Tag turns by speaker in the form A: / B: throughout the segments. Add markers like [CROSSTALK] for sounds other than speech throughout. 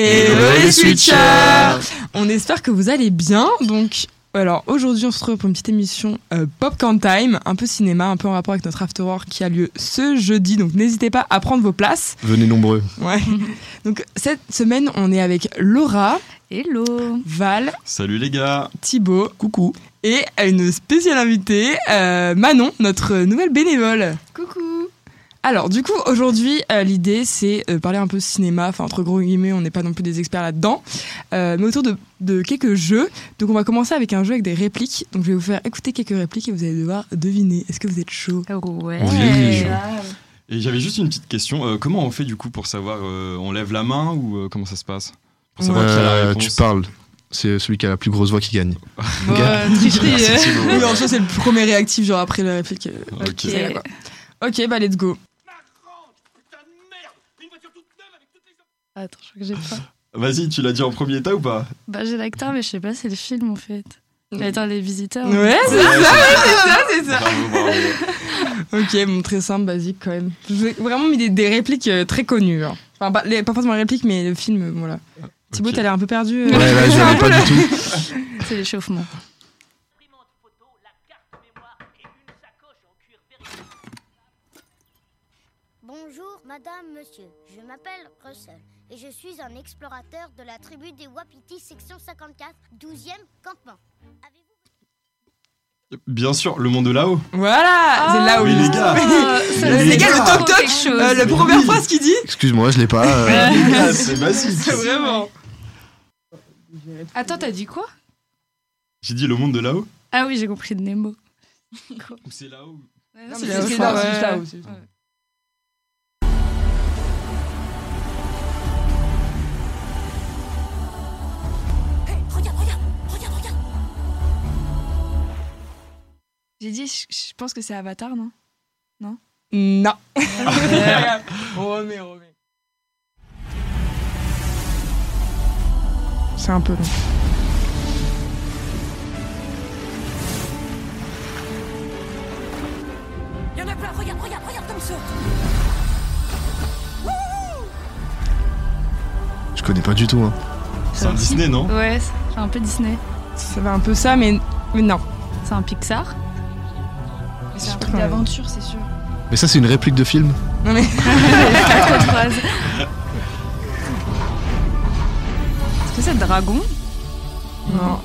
A: Hello les Switchers
B: On espère que vous allez bien. Donc, alors aujourd'hui, on se retrouve pour une petite émission euh, Popcorn Time, un peu cinéma, un peu en rapport avec notre After War qui a lieu ce jeudi. Donc, n'hésitez pas à prendre vos places.
A: Venez nombreux.
B: Ouais. Donc, cette semaine, on est avec Laura,
C: Hello
B: Val,
D: Salut les gars
B: Thibaut. Coucou. Et une spéciale invitée, euh, Manon, notre nouvelle bénévole.
C: Coucou
B: Alors, du coup, aujourd'hui, euh, l'idée, c'est euh, parler un peu cinéma. Enfin, entre gros guillemets, on n'est pas non plus des experts là-dedans. Euh, mais autour de, de quelques jeux. Donc, on va commencer avec un jeu avec des répliques. Donc, je vais vous faire écouter quelques répliques et vous allez devoir deviner. Est-ce que vous êtes chaud
C: Ouais
D: On dirige. Et j'avais juste une petite question. Euh, comment on fait du coup pour savoir euh, On lève la main ou euh, comment ça se passe Pour savoir qui a la
A: Euh,
D: réponse.
A: tu parles. C'est celui qui a la plus grosse voix qui gagne.
C: Ouais, tricherie
D: Merci,
C: euh.
D: Thibaut.
B: Oui, en soi, c'est le premier réactif, genre après la réplique. euh,
D: Ah, Ok.
B: c'est elle, quoi. Ok, bah, let's go.
C: Attends, je crois que j'ai pas.
D: Vas-y, tu l'as dit en premier tas ou pas
C: Bah j'ai l'acteur, mais je sais pas, c'est le film en fait. Mais attends, les visiteurs.
B: Ouais, c'est
D: Ouais,
B: ça, c'est ça, c'est ça.
D: Bravo, bravo.
B: Ok, bon, très simple, basique quand même. J'ai vraiment mis des, des répliques euh, très connues. hein. Enfin, pas, les, pas forcément les répliques, mais le film, euh, voilà. [LAUGHS] Thibaut,
D: Ok.
B: t'as l'air un peu perdu. euh.
A: Ouais, là, je l'avais pas du tout.
C: C'est l'échauffement.
E: imprimante photo, la carte mémoire et une sacoche en cuir vert.
F: Bonjour, madame, monsieur. Je m'appelle Russell et je suis un explorateur de la tribu des Wapitis, section 54, 12e campement. Avez-vous
D: Bien sûr, le monde
B: [LAUGHS]
D: de là-haut.
B: Voilà,
C: Ah,
B: c'est là où
D: Mais
B: il
D: les
B: [LAUGHS]
D: gars.
C: ça
D: Mais
C: me
D: les
C: dit
D: gars, Ah, le
C: trop
B: toc-toc,
C: quelque chose.
B: Euh, la
D: Mais
B: première
D: oui.
B: phrase qu'il dit,
A: Excuse-moi, je l'ai pas. euh.
D: Les gars, Ah, c'est basique.
B: c'est vraiment.
C: Attends, t'as dit quoi
D: J'ai dit le monde de là-haut
C: Ah oui, j'ai compris de Nemo.
D: Ou c'est là-haut
C: Non,
B: mais
C: c'est
B: c'est
C: c'est
B: juste
C: ça,
B: là-haut,
C: ouais.
B: c'est juste là-haut, c'est juste
C: Ouais. J'ai dit, je je pense que c'est Avatar, non
B: [LAUGHS] Non. on remet, on remet. C'est un peu long.
E: Il y en a plein, regarde, regarde, regarde comme ça
A: Je connais pas du tout. hein.
D: C'est un Disney, non
C: Ouais, c'est un peu Disney.
B: Ça va un peu ça, mais, mais non.
C: C'est un Pixar.
B: C'est un truc d'aventure.
C: [LAUGHS]
A: Mais ça, c'est une réplique de film.
B: Non mais.
C: Pas trop de phrases. Est-ce que c'est Dragon
B: Non.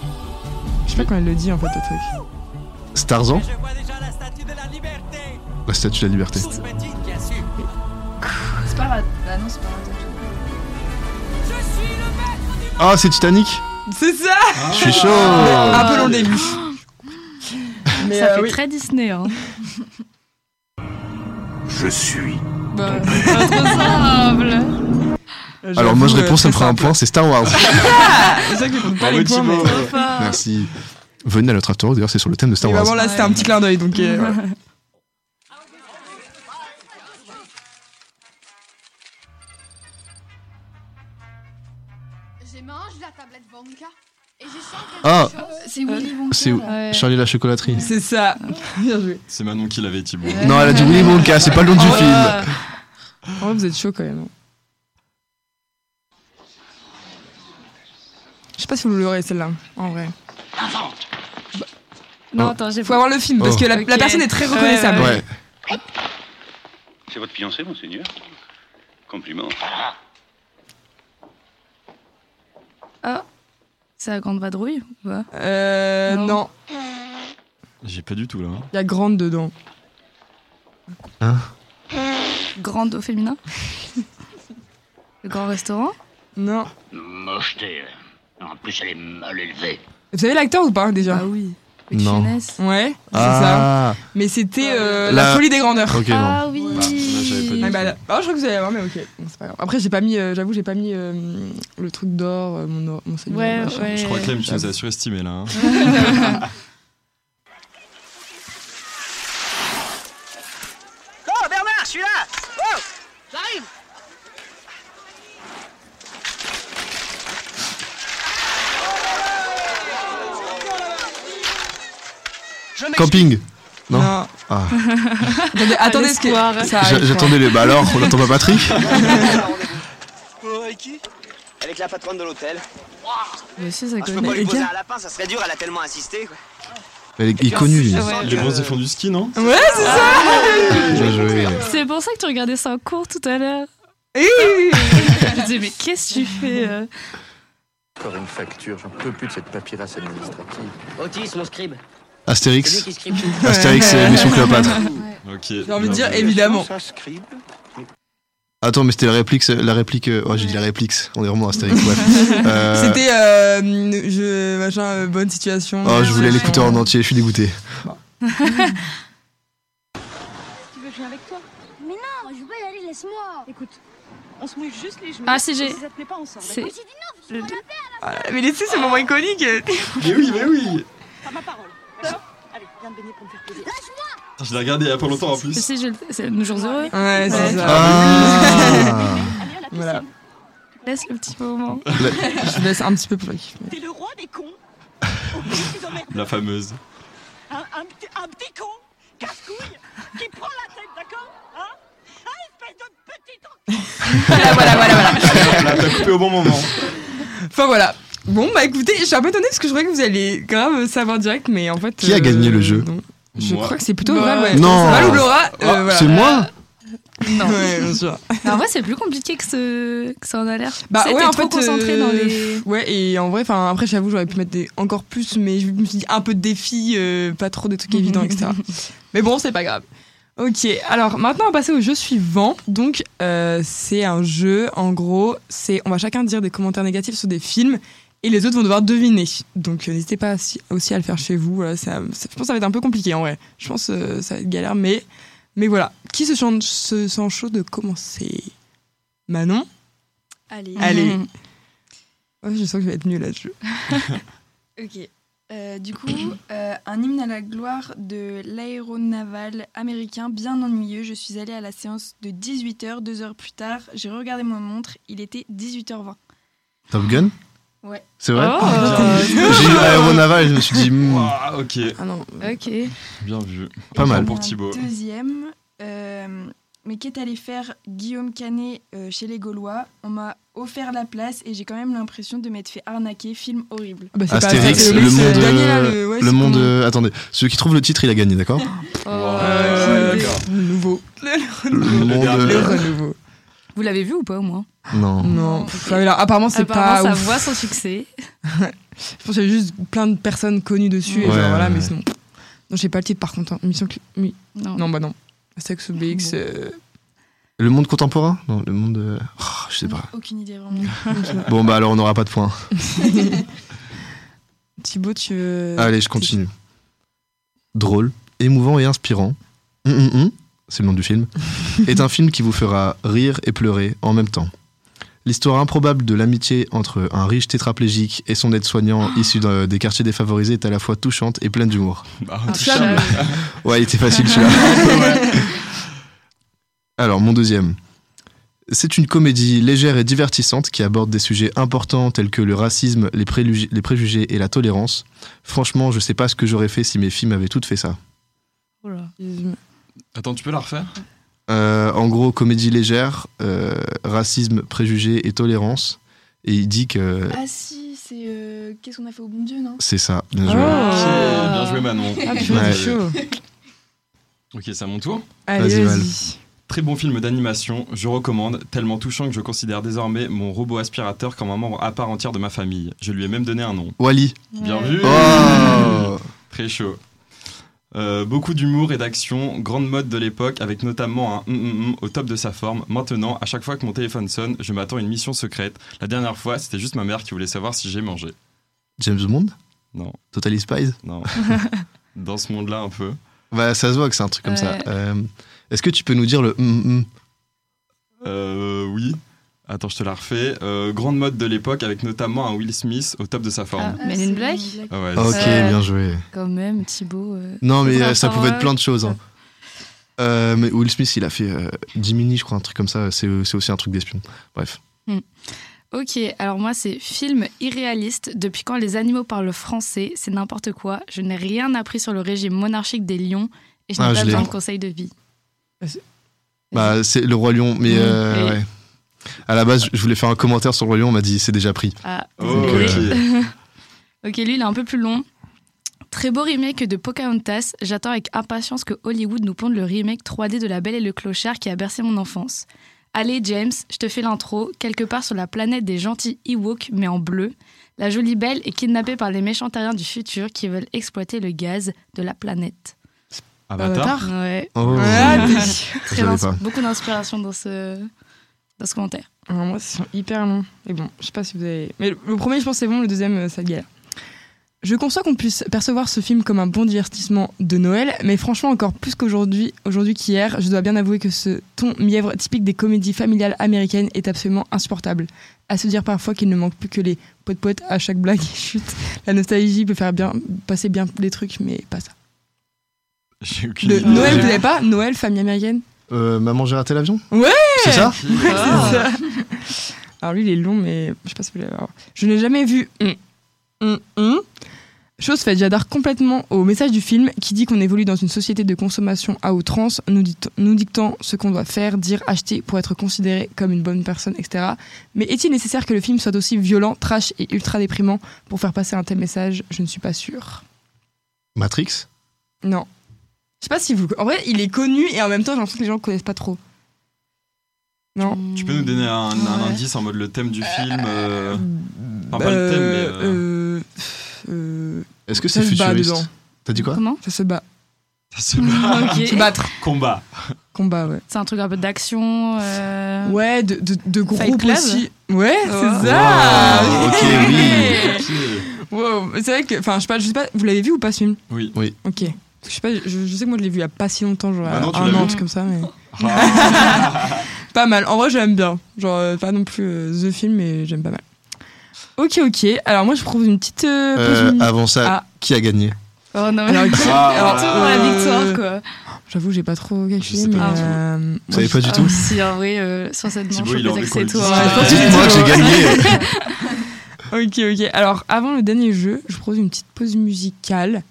B: Je sais pas quand elle le dit en fait, le truc.
A: Starzan
G: Je vois déjà la statue de la liberté.
A: La statue de la liberté.
G: Toute petite, bien sûr.
C: Bah
A: Ah, c'est Titanic
B: C'est ça Ah,
A: Je suis chaud
B: Un peu long le début. Mais
C: Ça
B: euh,
C: fait
B: oui.
C: très
B: [LAUGHS]
C: Disney, hein.
H: Je suis
C: Bah, pas trop simple.
A: Alors, moi, je
B: J'avoue,
A: réponds, ça
B: très
A: me fera un
B: simple.
A: point, Ah c'est Star Wars.
B: C'est ça que je pas
D: Bravo,
B: les points, mais...
D: Thibaut.
C: Ah.
A: Merci. Venez à notre after, Hours, d'ailleurs, c'est sur le thème de Star
B: mais vraiment
A: Wars.
B: là c'était un petit clin d'œil donc euh, [LAUGHS] voilà.
I: Je mange la tablette Wonka et je sens quelque
A: Ah.
I: chose.
C: C'est Willy Wonka.
A: C'est
C: Ouais.
A: Charlie la chocolaterie.
B: c'est ça. Bien joué.
D: C'est Manon qui l'avait, Thibaut.
A: Non, elle a dit Willy Wonka, c'est pas le nom
B: Oh,
A: du film.
B: En vrai vous êtes chaud quand même. hein. Je sais pas si vous l'aurez celle-là en vrai.
C: Non, attends, j'ai
B: Faut avoir le film parce
A: Oh.
B: que la,
C: Ok.
B: la personne est très reconnaissable.
C: Ouais.
A: Ouais.
H: C'est votre fiancé, monseigneur Compliment.
C: C'est la grande vadrouille ou pas
B: Euh
C: Non.
B: non,
D: J'ai pas du tout là. hein.
B: il y a grande dedans.
C: Grande au féminin [LAUGHS] Le grand restaurant
B: Non.
H: Mocheté. hein. En plus, elle est mal élevée.
B: Vous savez l'acteur ou pas déjà
C: Ah oui. Avec
A: Non.
C: finesse.
B: Ouais, c'est ça.
A: Ah
B: Mais c'était euh, la...
A: La-
B: folie des grandeurs.
A: Ok, non.
C: Ah oui.
D: Bah, j'avais pas dit.
B: Ah bah, là- ah, je crois que vous allez avoir, mais ok. Bon, c'est pas grave. Après, j'ai pas mis, euh, j'avoue, j'ai pas mis euh, le truc d'or, euh, mon, or- mon seigneur,
C: Ouais,
B: machin.
C: ouais.
D: Je crois que Clem, tu nous as surestimé là. hein.
G: Oh, Bernard, je suis là. Oh, j'arrive. Je m'excuse.
A: Camping Non.
B: Non.
A: Ah.
B: Attendez, attendez ce que.
C: l'espoir.
B: ça
A: J'a-
B: arrive,
A: J'attendais les. Bah alors, on n'attend pas Patrick
G: Vous avec qui Elle avec la patronne de l'hôtel.
C: Moi aussi, ça connaît.
G: Ah, je peux pas
B: mais
G: lui
B: les
G: poser
B: gars-
G: un lapin, ça serait dur, elle a tellement insisté. quoi.
A: Elle est- il est
G: puis,
A: connu.
G: je
A: lui.
G: sens
D: Les
G: que-
D: bronzés font du ski, non
B: Ouais, c'est ça
A: Bien joué.
C: C'est pour ça que tu regardais ça en cours tout
B: [LAUGHS]
C: à l'heure. Je me disais, mais qu'est-ce que tu fais euh
J: Encore une facture, j'en peux plus de cette papyrasse administrative.
G: Otis, mon scribe.
A: Astérix.
G: qui scribe
A: Astérix
B: [LAUGHS]
A: et Mission Cléopâtre.
D: Ok.
B: [LAUGHS] J'ai envie de dire,
D: Bien joué.
B: évidemment.
J: Ça, scribe
A: Attends, mais c'était la réplique. c'est- La réplique. euh, Oh, j'ai dit la réplique. On est vraiment à Astérix.
B: [LAUGHS]
A: bref. Euh,
B: C'était euh, je, machin, euh, bonne situation.
A: Oh, je voulais l'écouter en entier. Je suis
I: Tu
A: dégoûté.
I: veux que je vienne avec toi
F: Non, Ah, je veux y aller, laisse-moi.
I: Écoute, on se mouille juste les genoux.
C: Ah, si j'ai.
I: Si ça te plaît pas, on sort.
C: C'est
I: d'accord
C: le
B: Ah, Mais laissez ce moment iconique.
D: Mais oui, mais oui
I: Pas ma parole. D'accord Allez, viens te baigner pour me faire plaisir.
D: Je l'ai regardé il y a pas longtemps en plus.
C: si, je le- c'est nos jours heureux.
B: Ouais, c'est
C: Ouais.
B: ça. bah
A: Ah.
I: Allez à la piscine.
B: Voilà.
C: Laisse le petit moment.
B: Je laisse un petit peu pour lui.
I: T'es le roi des cons.
F: Euh,
I: Oublie ces emmerdes.
D: La fameuse.
I: Un, un petit- un petit con, casse-couille, qui prend la tête, d'accord Hein Ah, espèce de petit
D: Voilà, t'as coupé au bon moment.
B: Enfin voilà. Bon bah écoutez, je suis un peu étonnée parce que je croyais que vous alliez grave savoir direct, mais en fait. euh,
A: Qui a gagné le jeu
B: non. Je
D: Moi.
B: crois que c'est plutôt
C: Bah,
B: Val, ouais.
A: Non.
B: Val ou Laura [LAUGHS]
A: Oh,
B: euh, voilà.
A: C'est moi
C: Non.
B: Ouais, bien sûr.
C: Mais en vrai, c'est plus compliqué que, ce... que ça en a l'air.
B: Bah
C: C'était
B: ouais, en
C: trop
B: fait,
C: concentré
B: euh,
C: dans les.
B: Ouais, et en vrai, enfin après, j'avoue, j'aurais pu mettre des... encore plus, mais je me suis dit un peu de défi, euh, pas trop des trucs évidents, etc. [LAUGHS] Mais bon, c'est pas grave. Ok, alors maintenant on va passer au jeu suivant. Donc euh, c'est un jeu, en gros, c'est on va chacun dire des commentaires négatifs sur des films et les autres vont devoir deviner. Donc euh, n'hésitez pas à si- aussi à le faire chez vous. Voilà, ça, ça- je pense que ça va être un peu compliqué en vrai. Je pense euh, ça va être galère, mais mais voilà. Qui se, sent- se sent chaud de commencer Manon
K: Allez.
B: Allez. Ouais, je sens que je vais être nulle à ce jeu.
K: Ok. Euh, du coup, euh, un hymne à la gloire de l'aéronaval américain bien ennuyeux. Je suis allée à la séance de 18h, deux heures plus tard. J'ai regardé ma montre, il était 18h20.
A: Top Gun
K: Ouais.
A: C'est vrai
C: Oh,
A: J'ai eu aéronaval et je me suis dit. hmm,
D: Ouah, ok,
B: Ah non.
C: ok.
D: bien vu.
A: Pas
D: Un
A: mal.
D: point
K: Un
D: Pour Thibaut.
K: Deuxième, euh, mais qu'est allé faire Guillaume Canet euh, chez les Gaulois On m'a offert la place et j'ai quand même l'impression de m'être fait arnaquer. Film horrible.
B: Bah, c'est pas-
A: Astérix,
B: c'est
A: le
B: Obélix,
A: monde.
B: euh, Daniel, là,
A: euh,
B: le- ouais,
A: Le
B: c'est
A: monde.
B: comment
A: euh, Attendez, celui qui trouve le titre, il a gagné, d'accord
C: Oh.
B: Euh,
C: Euh,
D: Ouais, d'accord.
B: nouveau.
A: Le monde.
B: Le
A: euh,
B: renouveau.
C: Vous l'avez vu ou pas au moins
A: Non.
B: Non, pff, ouais, alors, apparemment c'est pas
C: Apparemment, sa
B: ouf.
C: voix sont fixées.
B: Je pense qu'il y avait juste plein de personnes connues dessus. et
A: Ouais,
B: genre, voilà,
A: ouais.
B: mais sinon. Non, j'ai pas le titre par contre. hein. Mission Clé- oui.
C: [LAUGHS] Non.
B: Non, bah non. Sex Obélix. euh,
A: Le monde contemporain Non, le monde. euh, oh, je sais pas.
K: Aucune idée vraiment.
A: Bon, bah alors on n'aura pas de points.
B: Thibaut, tu veux.
A: Allez, je continue. Drôle, émouvant et inspirant. Hum, hum, hum, c'est le nom du film. est un film qui vous fera rire et pleurer en même temps. L'histoire improbable de l'amitié entre un riche tétraplégique et son aide-soignant issu d'un- des quartiers défavorisés est à la fois touchante et pleine d'humour.
D: Bah,
C: Intouchable.
A: Ouais, il était facile celui-là. Alors, mon deuxième. C'est une comédie légère et divertissante qui aborde des sujets importants tels que le racisme, les, prélu- les préjugés et la tolérance. Franchement, je sais pas ce que j'aurais fait si mes films avaient toutes fait ça.
D: Attends, tu peux la refaire
A: Euh, en gros, comédie légère, euh, racisme, préjugés et tolérance. Et il dit que
K: Ah si, c'est euh, Qu'est-ce qu'on a fait au bon Dieu, non
A: c'est ça. Bien joué.
B: Oh.
D: Ok,
B: Ah.
D: euh, Bien joué Manon.
B: Ah, purée,
A: Ouais.
B: c'est chaud.
D: Ok, c'est à mon tour.
B: Allez,
A: Vas-y, Val.
B: vas-y.
D: Très bon film d'animation, je recommande, tellement touchant que je considère désormais mon robot aspirateur comme un membre à part entière de ma famille. Je lui ai même donné un nom.
A: Wally.
D: Bien vu
A: Oh.
D: Très chaud. Euh, beaucoup d'humour et d'action, grande mode de l'époque, avec notamment un hum, hum, hum au top de sa forme. Maintenant, à chaque fois que mon téléphone sonne, je m'attends à une mission secrète. La dernière fois, c'était juste ma mère qui voulait savoir si j'ai mangé.
A: James Bond
D: Non.
A: Totally Spies
D: Non. Dans ce monde-là, un peu.
A: Bah, ça se voit que c'est un truc comme ça.
C: Ouais.
A: Euh, Est-ce que tu peux nous dire le hum, hum
D: Euh, oui. Attends, je te la refais. Euh, grande mode de l'époque, avec notamment un Will Smith au top de sa forme.
C: Men in Black
D: Ah ouais,
A: Ok,
C: Euh,
A: bien joué.
C: Quand même, Thibaut. euh,
A: Non, mais
C: Ouais,
A: euh, ça
C: enfin,
A: pouvait
C: ouais.
A: être plein de choses. hein. Euh, mais Will Smith, il a fait euh, Dimini, je crois, un truc comme ça. C'est euh, c'est aussi un truc d'espion. Bref.
C: Ok, alors moi c'est film irréaliste. Depuis quand les animaux parlent français, c'est n'importe quoi. Je n'ai rien appris sur le régime monarchique des lions et je n'ai
A: Ah,
C: pas
A: je l'ai.
C: besoin de conseils de vie.
A: Bah, c'est le roi lion, mais
C: Oui,
A: euh,
C: et-
A: ouais. À la base, je voulais faire un commentaire sur le Roi Lion, on m'a dit c'est déjà pris.
C: Ah,
A: Oh,
C: désolé.
A: ok.
C: [LAUGHS] ok, lui, il est un peu plus long. Très beau remake de Pocahontas. J'attends avec impatience que Hollywood nous ponde le remake 3D de La Belle et le Clochard qui a bercé mon enfance. Allez, James, je te fais l'intro. Quelque part sur la planète des gentils Ewoks, mais en bleu, la jolie Belle est kidnappée par les méchants terriens du futur qui veulent exploiter le gaz de la planète.
D: Avatar
C: Ouais.
A: Oh.
B: Ah, t'es-
C: Très
A: savais
C: ins-
A: pas.
C: Beaucoup d'inspiration dans ce, dans ce commentaire.
B: Ah, moi, c'est hyper long. Et bon, je sais pas si vous avez. Mais le le premier, je pense, c'est bon, le deuxième, euh, ça galère. Je conçois qu'on puisse percevoir ce film comme un bon divertissement de Noël, mais franchement, encore plus qu'aujourd'hui, aujourd'hui qu'hier, je dois bien avouer que ce ton mièvre typique des comédies familiales américaines est absolument insupportable. À se dire parfois qu'il ne manque plus que les potes potes à chaque blague et chute. La nostalgie peut faire bien passer bien des trucs, mais pas ça.
D: J'ai aucune
B: Le
D: idée.
B: Noël, vous l'avez pas Noël, famille américaine
A: Euh, maman, j'ai raté l'avion
B: Ouais
A: C'est ça
B: Ouais, c'est ça. Alors lui, il est long, mais je sais pas si vous l'avez. alors, Je n'ai jamais vu. Hum, hum, hum. Chose faite, j'adore complètement au message du film qui dit qu'on évolue dans une société de consommation à outrance, nous, dit- nous dictant ce qu'on doit faire, dire, acheter pour être considéré comme une bonne personne, etc. Mais est-il nécessaire que le film soit aussi violent, trash et ultra déprimant pour faire passer un tel message Je ne suis pas sûre.
A: Matrix
B: Non. Je sais pas si vous. En vrai, il est connu et en même temps, j'ai l'impression que les gens le connaissent pas trop. Non.
D: Tu peux nous donner un, un
B: Ouais. Bah,
D: indice en mode le thème du film euh, Enfin, pas le thème, mais. euh,
B: Euh, euh,
A: Est-ce que
B: ça
A: c'est
B: se bat
A: futuriste
B: dedans.
A: T'as dit quoi
C: Comment
B: Ça se bat.
D: Ça se bat.
C: Ok.
B: Se battre.
D: Combat.
B: Combat, ouais.
C: C'est un truc un peu d'action. euh,
B: Ouais, de, de, de
C: Fight
B: groupe
C: Club
B: aussi. Ouais,
C: Oh.
B: c'est ça.
A: Wow, ok, oui.
B: Wow, C'est vrai que, enfin, je sais pas, je sais pas, vous l'avez vu ou pas ce film
D: Oui.
A: Oui.
B: Ok. Je sais pas, je, je sais que moi je l'ai vu il y a pas si longtemps, genre
D: Bah non, tu
B: un
D: l'as
B: an,
D: vu.
B: un truc comme ça, mais
D: Ah.
B: pas mal. En vrai, j'aime bien. Genre, euh, pas non plus euh, The Film, mais j'aime pas mal. Ok, ok. Alors moi, je propose une petite euh, pause
A: Euh,
B: mini.
A: Avant ça,
B: Ah.
A: qui a gagné
C: Oh non, mais
B: Alors, qui-
D: Ah.
B: alors,
C: [LAUGHS] retour à la
B: euh,
C: victoire, quoi.
B: J'avoue, j'ai pas trop calculé,
D: sais
B: mais.
D: pas
C: du tout.
B: euh,
A: Vous
B: moi,
A: savez pas du
C: Ah,
A: tout
C: Si, en vrai, euh, sur cette manche,
D: Thibaut,
C: on
D: il est en
C: peut dire que c'est
D: école
C: toi.
D: lycée.
B: Ouais, je
A: Dites-moi que j'ai
B: [LAUGHS] Ok,
A: gagné
B: ok. Alors, avant le dernier jeu, je vous propose une petite pause musicale.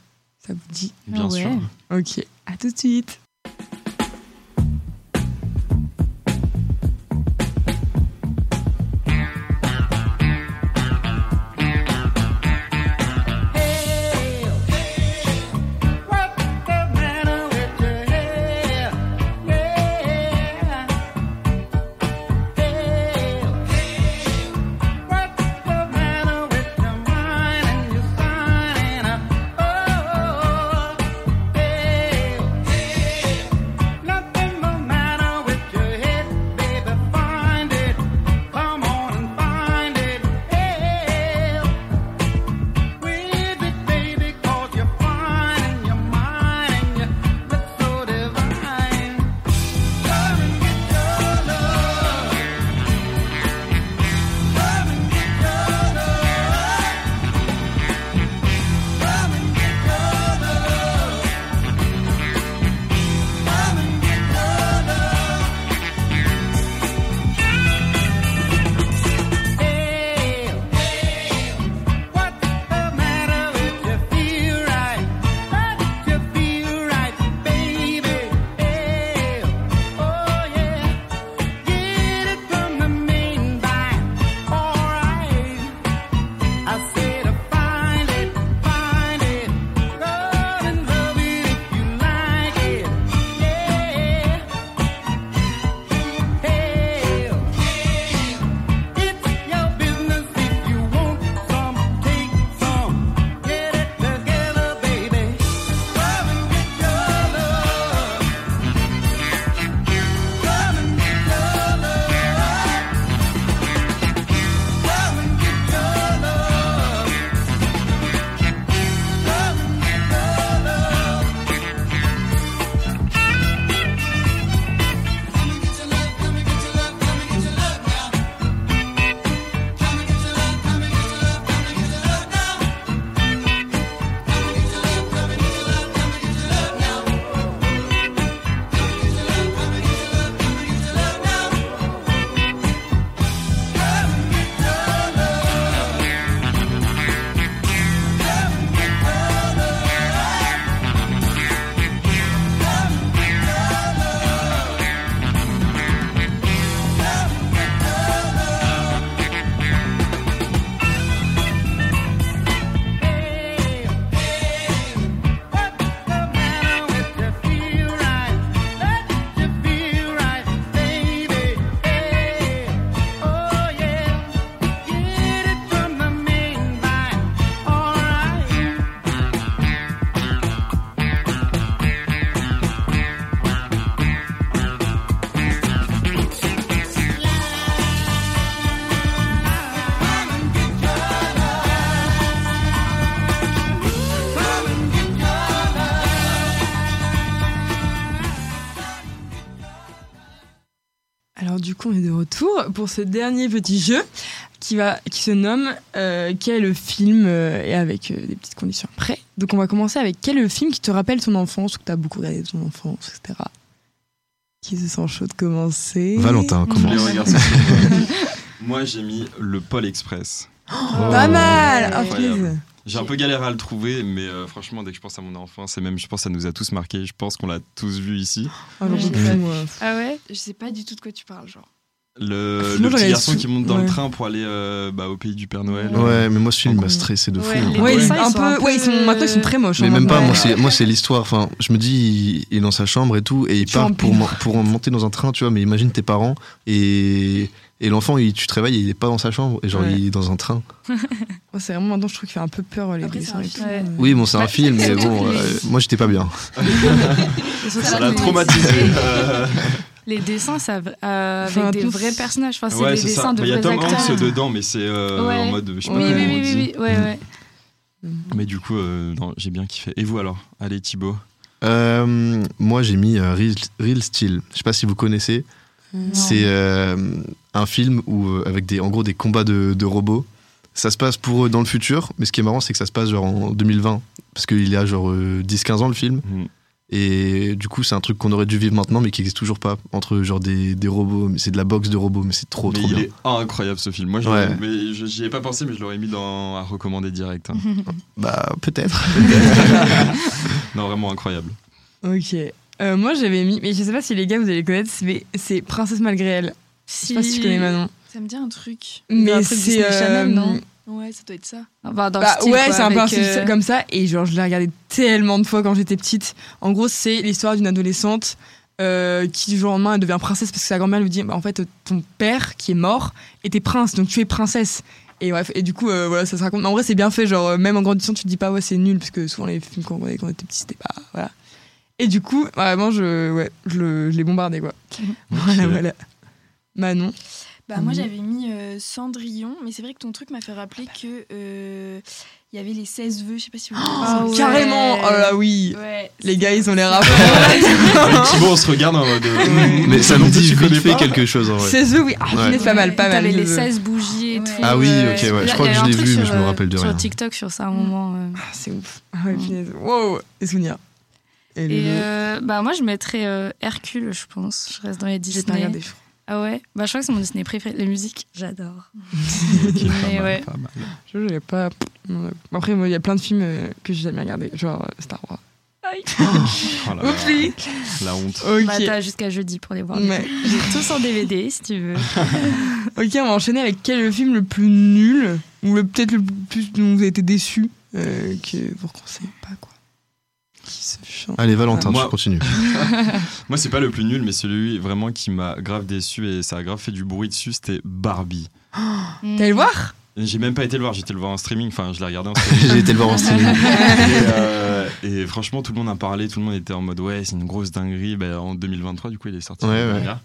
B: Ça vous dit
D: Bien sûr.
C: Ouais.
B: Ok, à tout de suite.
I: Hey!
B: qu'on est de retour pour ce dernier petit jeu qui, va, qui se nomme euh, Quel est le film euh, et avec euh, des petites conditions après. Donc on va commencer avec quel est le film qui te rappelle ton enfance ou que tu as beaucoup regardé de ton enfance, etc. Qui se sent chaud de commencer
A: Valentin, commence.
D: Je les regarde, c'est- [LAUGHS] Moi, j'ai mis le Pôle Express.
B: Ah, Pas mal oh,
D: Incroyable.
B: please.
D: J'ai un peu galéré à le trouver, mais euh, franchement, dès que je pense à mon enfance, et même je pense que ça nous a tous marqué, je pense qu'on l'a tous vu ici.
B: Ah, j'en
K: Moi,
B: peux
K: j'ai pas
B: plus, moi.
K: Ah ouais Je sais pas du tout de quoi tu parles, genre.
C: Ah,
D: Le,
B: Sinon,
D: le petit
B: j'aurais
D: garçon
B: sou-
D: qui monte dans
B: ouais.
D: le train pour aller euh, bah, au pays du Père Noël.
A: Ouais, mais moi ce film il m'a stressé de fou. hein.
B: Ouais,
K: Ouais, les
B: ils sont
K: dessins,
B: un
K: ils sont un
B: peu- ouais, ils sont-
K: peu-
B: maintenant ils sont très moches.
A: Mais
B: hein,
A: même pas,
B: maintenant.
A: moi c'est moi c'est l'histoire. Enfin, je me dis, il, il est dans sa chambre et tout, et il
B: Tu
A: part
B: en
A: pour, mon- pour monter dans un train, tu vois. Mais imagine tes parents et, et l'enfant, il- tu te réveilles, il est pas dans sa chambre, et genre
B: Ouais.
A: il est dans un train.
B: Ouais, C'est vraiment maintenant je trouve qu'il fait un peu peur les
K: Après, c'est
B: dessins
K: un
B: et tout.
K: film.
C: Ouais.
A: Oui, bon, c'est un film, mais bon,
C: les-
A: euh, moi j'étais pas bien.
D: Ça l'a traumatisé. Euh,
C: [LAUGHS] Les dessins, ça, euh,
B: Enfin,
C: avec des
B: tous.
C: vrais personnages. Enfin, c'est
D: ouais,
C: des
D: c'est
C: dessins
D: ça.
C: de
D: Mais Il y
C: vrais
D: a Tom
C: acteurs.
D: Hanks dedans, mais c'est euh,
C: Ouais.
D: en mode. Je sais pas
C: Oui,
D: comment
C: oui,
D: on
C: oui,
D: dit.
C: oui, oui, ouais, ouais.
D: Mais du coup, euh, non, j'ai bien kiffé. Et vous alors Allez, Thibaut.
A: Euh, moi j'ai mis euh, Real, Real Steel. Je sais pas si vous connaissez. C'est euh, un film où, euh, avec des, en gros des combats de, de robots. Ça se passe pour eux dans le futur, mais ce qui est marrant, c'est que ça se passe genre en 2020. Parce qu'il a genre euh, 10-15 ans le film.
D: Mm.
A: Et du coup, c'est un truc qu'on aurait dû vivre maintenant, mais qui existe toujours pas. Entre genre des, des robots, mais c'est de la boxe de robots, mais c'est trop
D: mais
A: trop
D: il
A: bien.
D: est incroyable ce film. Moi, je
A: Ouais.
D: l'ai- mais je- j'y ai pas pensé, mais je l'aurais mis dans, à recommander direct.
C: [LAUGHS]
D: hein.
A: Bah peut-être.
D: non, vraiment incroyable.
A: [LAUGHS]
B: Ok. Euh, moi j'avais mis, mais je sais pas si les gars vous allez connaître, mais c'est Princesse Malgré elle. Je sais pas si tu connais Manon.
K: Ça me dit un truc.
C: un
B: Mais
C: truc Disney
B: c'est. euh,
C: Channel, non
K: Ouais, ça doit être ça.
C: Enfin, euh, dans le
B: Bah,
C: style,
B: ouais,
C: quoi,
B: c'est un peu
C: avec,
B: un style
C: euh,
B: comme ça. Et genre, je l'ai regardé tellement de fois quand j'étais petite. En gros, c'est l'histoire d'une adolescente euh, qui, du jour au lendemain, elle devient princesse parce que sa grand-mère lui dit bah, En fait, ton père qui est mort était prince, donc tu es princesse. Et bref, et du coup, euh, voilà, ça se raconte. Mais en vrai, c'est bien fait. Genre, euh, même en grandissant, tu te dis pas Ouais, c'est nul, parce que souvent, les films qu'on regardait quand on était petit, c'était pas. Voilà. Et du coup, vraiment, je, ouais, je, le- je l'ai bombardé,
C: [LAUGHS]
B: quoi. Voilà,
D: Ok.
B: voilà. Manon.
K: Bah moi
B: Mhm.
K: j'avais mis euh, Cendrillon, mais c'est vrai que ton truc m'a fait rappeler que euh, il y avait les 16 vœux, je sais pas si vous
C: Ah ouais.
B: Carrément Oh là, oui
K: Ouais.
B: Les gars, ils ont les
C: [LAUGHS]
B: rapports.
D: Avec Thibaut, on se regarde en mode. euh, [LAUGHS]
A: mais [LAUGHS] ça nous
D: tu
A: dit vite
D: connais
A: fait
D: pas
A: quelque chose hein. en vrai.
B: 16 œufs, oui. Ah,
A: Ouais.
B: punaise, pas mal, pas mal.
C: T'avais les
B: je-
C: 16 bougies et
K: Ouais.
C: tout.
K: Ah
A: oui,
C: euh,
A: ok, ouais.
C: là,
A: Je crois
C: il y
A: que je
C: avait un
A: l'ai
C: truc
A: vu, mais je
C: sur,
A: me
C: euh,
A: rappelle de rien.
C: Sur TikTok, sur ça, à un moment. euh.
B: Ah, c'est ouf. Ah ouais, punaise. Wow, les souvenirs. Et le-
C: Et euh, bah, moi, je mettrais euh, Hercule, je pense. Je reste dans les
B: J'ai pas
C: Disney.
B: regardé, je crois.
C: Ah ouais Bah, je crois que c'est mon Disney préféré. Les musiques, j'adore.
D: Ok, pas
C: Mais
D: mal,
C: ouais.
D: pas mal.
B: Je j'avais pas. Non, ouais. Après, moi, il y a plein de films euh, que j'ai jamais regardé, genre euh, Star Wars.
D: Oh là là,
B: Oupsi
D: la honte.
B: Ok.
C: Bah, t'as jusqu'à jeudi pour les voir.
B: Ouais.
C: J'ai tous en DVD, si tu veux.
B: Ok, on va enchaîner avec quel est le film le plus nul, ou le peut-être le plus dont vous avez été déçu, euh, que vous reconseillez pas, quoi. Qui se chante
A: Allez Valentin,
D: Moi-
A: tu continues. [LAUGHS]
D: Moi, c'est pas le plus nul, mais celui vraiment qui m'a grave déçu et ça a grave fait du bruit dessus, c'était Barbie.
C: Mm.
B: T'allais le voir
D: J'ai même pas été le voir, j'étais le voir en streaming, enfin je l'ai regardé en
A: [LAUGHS]
D: streaming.
A: J'ai été le voir en
C: [LAUGHS]
A: streaming.
D: et, euh, et franchement, tout le monde en parlait, tout le monde était en mode ouais, c'est une grosse dinguerie. Ben, en 2023, du coup, il est sorti.
A: Ouais,
D: l'année
A: ouais.
D: dernière.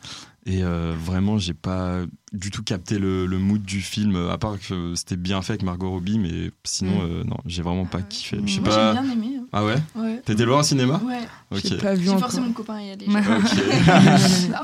D: Et euh, vraiment, j'ai pas du tout capté le, le mood du film, à part que c'était bien fait avec Margot Robbie, mais sinon,
C: Mm.
D: euh, non, j'ai vraiment
C: Ah
D: pas kiffé. Je sais
K: Moi
B: Euh,
K: j'ai
D: pas.
K: bien aimé. hein.
D: Ah ouais
K: Ouais.
D: T'étais le voir au cinéma
K: Ouais.
D: Ok.
B: J'ai pas vu
K: J'ai
B: encore.
K: forcé mon copain à y aller.
C: Ouais.
D: Ok.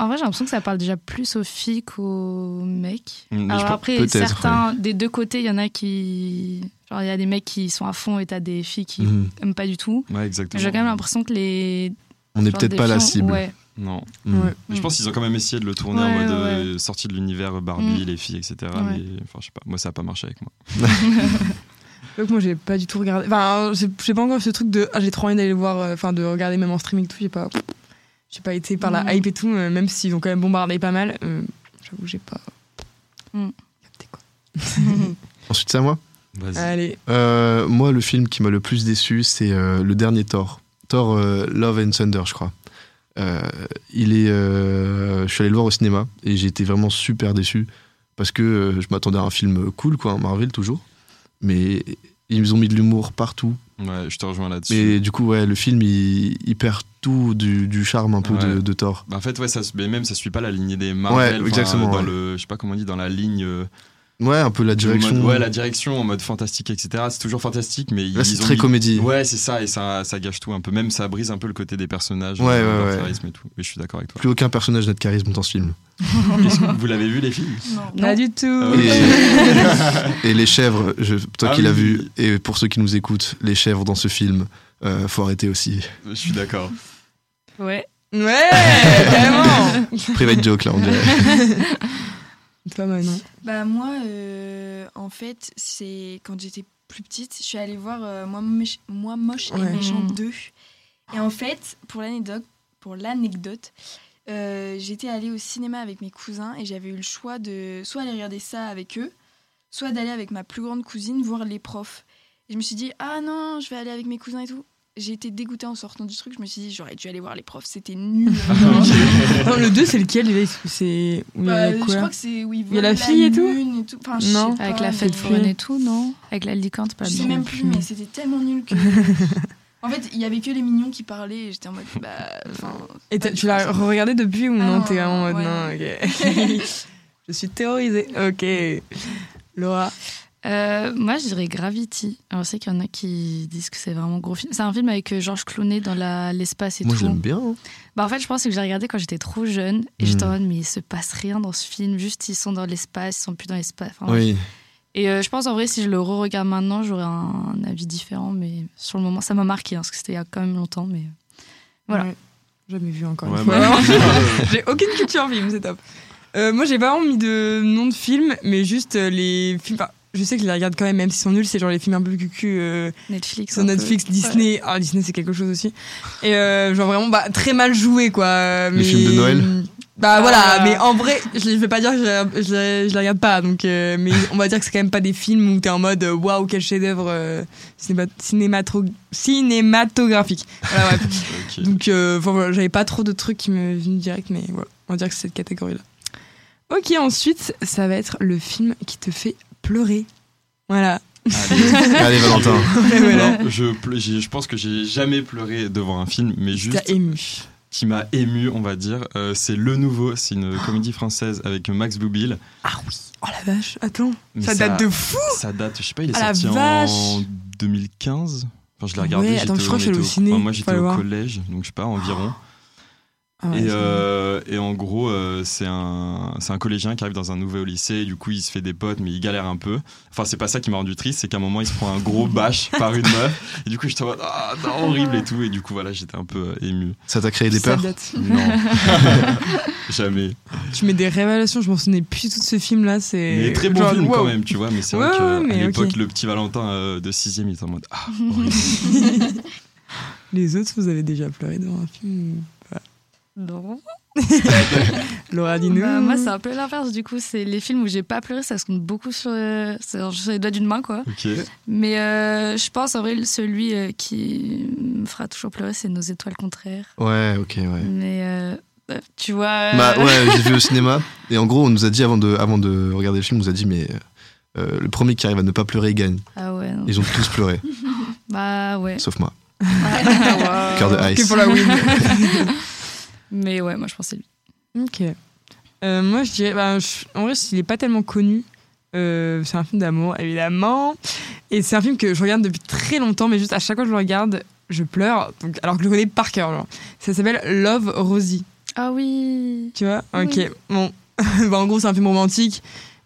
C: [LAUGHS] en vrai, j'ai l'impression que ça parle déjà plus aux filles qu'aux mecs.
D: Mm, mais je
C: Alors
D: pense-
C: après,
A: peut-être,
C: certains, des deux côtés, il y en a qui. Genre, il y a des mecs qui sont à fond et t'as des filles qui
A: Mhm.
C: aiment pas du tout.
D: Ouais,
C: Mais
D: exactement.
C: J'ai quand même l'impression que les.
A: On n'est
C: genre,
A: peut-être
C: des
A: pas la
C: filles ont-
A: cible.
C: Ouais.
D: Non.
A: Mm.
B: Ouais.
D: Mais Je pense qu'ils ont quand même essayé de le tourner en
C: Ouais,
D: mode
C: ouais, Mm.
D: euh, sortie de l'univers Barbie, les filles, etc.
C: Ouais.
D: Mais enfin, je sais pas. Moi, ça a pas marché avec moi.
B: Donc moi j'ai pas du tout regardé. Enfin, j'ai j'ai pas encore ce truc de ah, j'ai trop envie d'aller le voir, euh, enfin de regarder même en streaming et tout. J'ai pas, j'ai pas été par
C: Mm.
B: la hype et tout, euh, même s'ils ont quand même bombardé pas mal. euh, J'avoue j'ai pas.
C: Mm.
B: capté, quoi. [LAUGHS]
A: Ensuite c'est à moi.
D: Vas-y.
B: Allez,
A: Euh, moi, le film qui m'a le plus déçu, c'est euh, le dernier Thor. Thor euh, Love and Thunder, je crois. Euh, il est, euh, je suis allé le voir au cinéma et j'ai été vraiment super déçu parce que euh, je m'attendais à un film cool, quoi, un Marvel toujours. Mais ils ont mis de l'humour partout.
D: Ouais, je te rejoins là-dessus.
A: Mais du coup, ouais, le film, il, il perd tout du, du charme un peu
D: Ouais.
A: de, de Thor.
D: Bah, en fait, ouais, ça, se- mais même ça suit pas la lignée des Marvel.
A: Ouais,
D: enfin,
A: exactement,
D: Dans
A: ouais.
D: le, je sais pas comment on dit, dans la ligne euh,
A: Ouais, un peu la direction.
D: En mode- ouais, la direction en mode fantastique, etc. C'est toujours fantastique, mais ils
A: Là, c'est
D: ont
A: très
D: mis-
A: comédie.
D: Ouais, c'est ça, et ça, ça gâche tout un peu. Même ça brise un peu le côté des personnages,
A: Ouais,
D: euh,
A: ouais,
D: leur
A: ouais.
D: charisme et tout. Mais je suis d'accord avec toi. [LAUGHS]
A: Plus aucun personnage n'a de charisme dans ce film.
D: Est-ce que vous l'avez vu les films
B: Pas du tout.
D: Ah oui.
A: Et, et les chèvres, je- toi
D: Ah
A: qui l'as
D: oui.
A: vu, et pour ceux qui nous écoutent, les chèvres dans ce film, euh, faut arrêter aussi. [LAUGHS]
D: Je suis d'accord.
C: Ouais.
B: [LAUGHS] Ouais, vraiment.
A: Private joke là, on dirait.
B: Toi, Manon.
K: Bah moi, euh, en fait, c'est quand j'étais plus petite, je suis allée voir euh, moi, Moche- moi moche
B: Ouais.
K: et méchant
B: Mm.
K: 2. Et en fait, pour l'anecdote, pour l'anecdote, euh, j'étais allée au cinéma avec mes cousins et j'avais eu le choix de soit aller regarder ça avec eux, soit d'aller avec ma plus grande cousine voir les profs. Et je me suis dit ah non, je vais aller avec mes cousins et tout. J'ai été dégoûtée en sortant du truc. Je me suis dit j'aurais dû aller voir les profs, c'était nul.
B: Ah,
I: Euh,
B: Non, le 2, c'est lequel déjà C'est. où il y a
K: Bah,
B: quoi
K: je crois que c'est où ils
B: Il y a la
K: volent
B: fille et tout
K: lune et tout. Enfin, je
B: Non.
K: sais
C: Avec
K: pas,
C: la fête
K: mais-
C: foraine et tout, non Avec la licorne, c'est pas
K: Je
C: bien.
K: sais même plus, mais c'était tellement nul que. en fait, il y avait que les mignons qui parlaient et j'étais en mode bah. enfin,
B: Et t'as- tu l'as regardé depuis ou
K: Ah
B: non
K: non,
B: T'es en mode
K: ouais.
B: non, ok. [LAUGHS] Je suis terrorisée. Ok. Laura.
C: Euh, moi, je dirais Gravity. Alors, je sais qu'il y en a qui disent que c'est vraiment gros film. C'est un film avec euh, Georges Clooney dans la- l'espace et
A: Moi,
C: tout.
A: je l'aime bien. hein.
C: Bah, en fait, je pense que j'ai regardé quand j'étais trop jeune et
A: Mm.
C: j'étais en
B: Hmm.
C: mode, mais il se passe rien dans ce film. Juste, ils sont dans l'espace, ils sont plus dans l'espace. Enfin, bref.
A: Oui.
C: Et euh, je pense, en vrai, si je le re-regarde maintenant, j'aurais un, avis différent. Mais sur le moment, ça m'a marqué hein, parce que c'était il y a quand même longtemps. Mais voilà.
B: Ouais. Jamais vu encore
C: Ouais,
B: une fois. [LAUGHS]
C: bah,
B: j'ai aucune culture film, c'est top. Euh, moi, j'ai pas vraiment mis de nom de film, mais juste euh, les films. enfin, je sais que je les regarde quand même, même s'ils sont nuls. C'est genre les films un peu cucu. euh,
C: Netflix.
B: sur
C: un peu.
B: Netflix, Disney. Ah, Disney, c'est quelque chose aussi. Et euh, genre vraiment, bah, très mal joué, quoi. euh,
A: Les
B: mais-
A: films de Noël
B: Bah
K: Ah.
B: voilà, mais en vrai, je les- je vais pas dire que je les- je les, je les regarde pas, donc, euh, mais on va dire que c'est quand même pas des films où t'es en mode euh, waouh, quel chef-d'œuvre euh, cinéma- cinématro- cinématographique. Voilà, bref. [LAUGHS]
D: Ok.
B: Donc, euh, enfin, voilà, j'avais pas trop de trucs qui me venaient direct, mais voilà, on va dire que c'est cette catégorie-là. Ok, ensuite, ça va être le film qui te fait pleurer. Voilà. [LAUGHS]
D: Allez,
A: [LAUGHS] Allez, Valentin.
B: Ouais, voilà.
D: Alors, je, ple- j'ai- je pense que j'ai jamais pleuré devant un film, mais
B: T'as
D: juste
B: ému.
D: qui m'a ému, on va dire. euh, c'est Le Nouveau, c'est une comédie française avec Max Boublil.
B: Oh la vache, attends.
D: Mais
B: ça date de fou
D: Ça date, je sais pas, il est
B: Ah la
D: sorti
B: vache.
D: en 2015. Enfin, je l'ai regardé.
B: Ouais, attends,
D: j'étais
B: je crois
D: on
B: que c'est
D: était
B: le ciné,
D: enfin, moi,
B: faut
D: j'étais
B: aller
D: au
B: voir.
D: collège, donc je sais pas, environ.
B: Ah ouais,
D: Et,
B: c'est-
D: euh, et en gros, euh, c'est un, c'est un collégien qui arrive dans un nouveau lycée, et du coup il se fait des potes, mais il galère un peu. Enfin, c'est pas ça qui m'a rendu triste, c'est qu'à un moment il se prend
B: [LAUGHS]
D: un gros bâche par une meuf, et du coup je te vois, ah, non, horrible et tout, et du coup voilà, j'étais un peu euh,
B: [LAUGHS]
D: ému.
A: Ça t'a créé des
B: Ça
A: peurs
B: date.
D: Non, [LAUGHS] jamais.
B: Tu mets des révélations, je m'en souvenais plus tout de ce film là. C'est
D: Mais très bon
B: Genre,
D: film quand
B: wow.
D: même, tu vois, mais c'est
B: Ouais,
D: vrai
B: ouais, mais
D: qu'à
B: ok.
D: l'époque, le petit Valentin euh, de 6 il était en mode, ah,
B: [LAUGHS]
D: horrible.
B: [LAUGHS] Les autres, vous avez déjà pleuré devant un film ou pas
C: Non.
B: Laura, dis-nous.
C: Bah, moi, c'est un peu l'inverse du coup. C'est les films où j'ai pas pleuré, ça se compte beaucoup sur, euh, sur sur les doigts d'une main, quoi.
D: Ok.
C: Mais euh, je pense en vrai, celui euh, qui me fera toujours pleurer, c'est Nos étoiles contraires.
A: Ouais, ok, ouais.
C: Mais euh, euh, tu vois. euh,
A: Bah ouais, j'ai vu au cinéma. Et en gros, on nous a dit avant de, avant de regarder le film, on nous a dit, mais euh, le premier qui arrive à ne pas pleurer gagne.
C: Ah ouais. non.
A: Ils ont tous pleuré, [LAUGHS]
C: Bah ouais.
A: sauf moi.
C: Ah,
A: Cœur de
C: waouh.
A: ice.
B: Euh, Que pour la
D: [LAUGHS]
B: win.
C: Mais ouais, moi je pense que c'est lui.
B: ok. Euh, moi, je dirais. bah, je- En vrai, il est pas tellement connu. Euh, c'est un film d'amour, évidemment. Et c'est un film que je regarde depuis très longtemps, mais juste à chaque fois que je le regarde, je pleure. Donc, alors que je le connais par cœur. genre. Ça s'appelle Love Rosie.
C: Ah oui.
B: Tu vois Ok,
C: Oui.
B: bon. [LAUGHS] Bah, en gros, c'est un film romantique.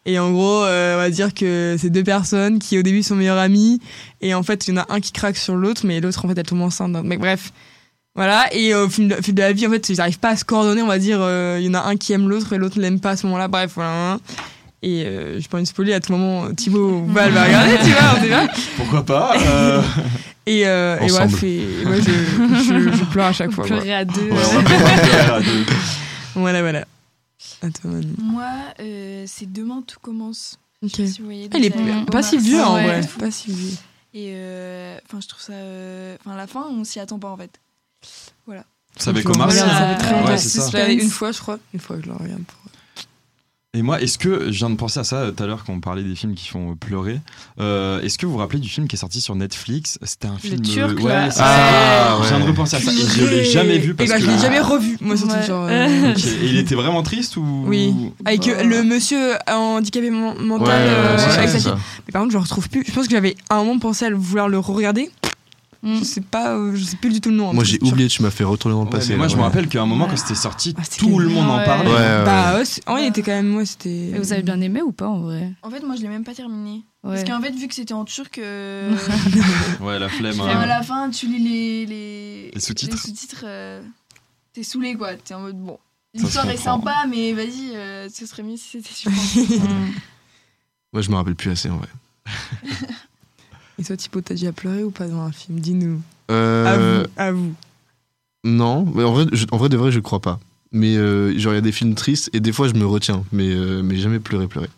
B: Et en gros, euh, on va dire que c'est deux personnes qui, au début, sont meilleures amies. Et en fait, il y en a un qui craque sur l'autre, mais l'autre, en fait, elle tombe enceinte. d'un autre mec. bref. Voilà. Et au fil de, fil de la vie, en fait, ils n'arrivent pas à se coordonner. On va dire, euh, il y en a un qui aime l'autre et l'autre l'aime pas à ce moment-là. Bref, voilà. hein. Et euh, j'ai pas envie de spoiler à tout moment. Thibaut, ou Val va regarder, tu vois, on sait pas.
D: Pourquoi pas
B: [LAUGHS]
D: euh,
B: Et, euh, et ouais,
A: Ensemble.
B: fait- et ouais, je, je- je pleure à chaque fois.
C: Pleurer à deux.
D: ouais, on va euh, pas faire à deux.
B: Voilà, voilà. voilà. À toi, Manon.
K: Moi, euh, c'est demain tout commence. Je sais
B: Ok.
K: pas si vous
C: Ah,
K: voyez,
B: Il est
K: donc, euh,
B: pas si
K: Omar
B: vieux, en
K: Sy.
B: vrai. Pas si vieux.
K: Et euh, enfin, je trouve ça. euh, Enfin, la fin, on s'y attend pas en fait.
D: C'est avec
B: Faut
D: Omar Sy.
B: regarder,
K: Sy.
B: ça fait très
K: Ouais,
B: longtemps.
D: hein. c'est ça.
B: Je l'avais une fois, je crois. Une fois que je le regarde. pour-
D: Et moi, est-ce que, je viens de penser à ça euh, tout à l'heure quand on parlait des films qui font euh, pleurer, Euh, est-ce que vous vous rappelez du film qui est sorti sur Netflix C'était un film... euh,
B: Turc,
D: ouais,
B: là.
D: c'est ça.
B: Ah,
D: Je viens de
B: ouais.
D: repenser à ça. Et je
B: Purée.
D: l'ai jamais vu parce
B: Eh ben,
D: que...
B: je l'ai jamais revu, moi, surtout, genre, euh,
D: Ok. Et il était vraiment triste ou...
B: [LAUGHS] Oui, avec euh, le monsieur handicapé men- mental
D: Ouais,
B: euh,
D: ouais, c'est
B: avec sa
D: ça.
B: fille. Mais par contre, je le retrouve plus. Je pense que j'avais à un moment pensé à le- vouloir le regarder. Je sais pas, euh, je sais plus du tout le nom. en
A: Moi
B: tout
A: j'ai
B: cas.
A: oublié, tu m'as fait retourner dans le
D: Ouais,
A: passé.
D: mais moi,
A: là,
D: je me
A: ouais.
D: rappelle qu'à un moment, quand c'était sorti, tout le monde en
K: Ouais.
D: parlait.
A: Ouais, ouais.
B: Bah ouais, c'est- en vrai, il était quand même, ouais, c'était.
C: Et vous avez bien aimé ou pas en vrai
K: En fait, moi, je l'ai même pas terminé. Parce
C: Ouais.
K: qu'en fait, vu que c'était en turc, euh,
D: Ouais, la flemme.
K: genre,
D: hein.
K: à la fin, tu lis les, les,
D: Les sous-titres.
K: sous-titres, euh, t'es saoulé, quoi. T'es en mode, bon,
D: Ça se
K: l'histoire est
D: comprend.
K: sympa, mais vas-y, euh, ce serait mieux si c'était
B: [LAUGHS]
K: sur France.
A: Moi je me rappelle plus assez en vrai.
B: Et toi, Thibaut, t'as déjà pleuré ou pas dans un film Dis-nous.
A: Euh,
B: À vous, à vous.
A: Non, mais en vrai, je- en vrai de vrai, je crois pas. Mais euh, genre, il y a des films tristes et des fois je me retiens, mais, euh, mais jamais pleurer, pleurer.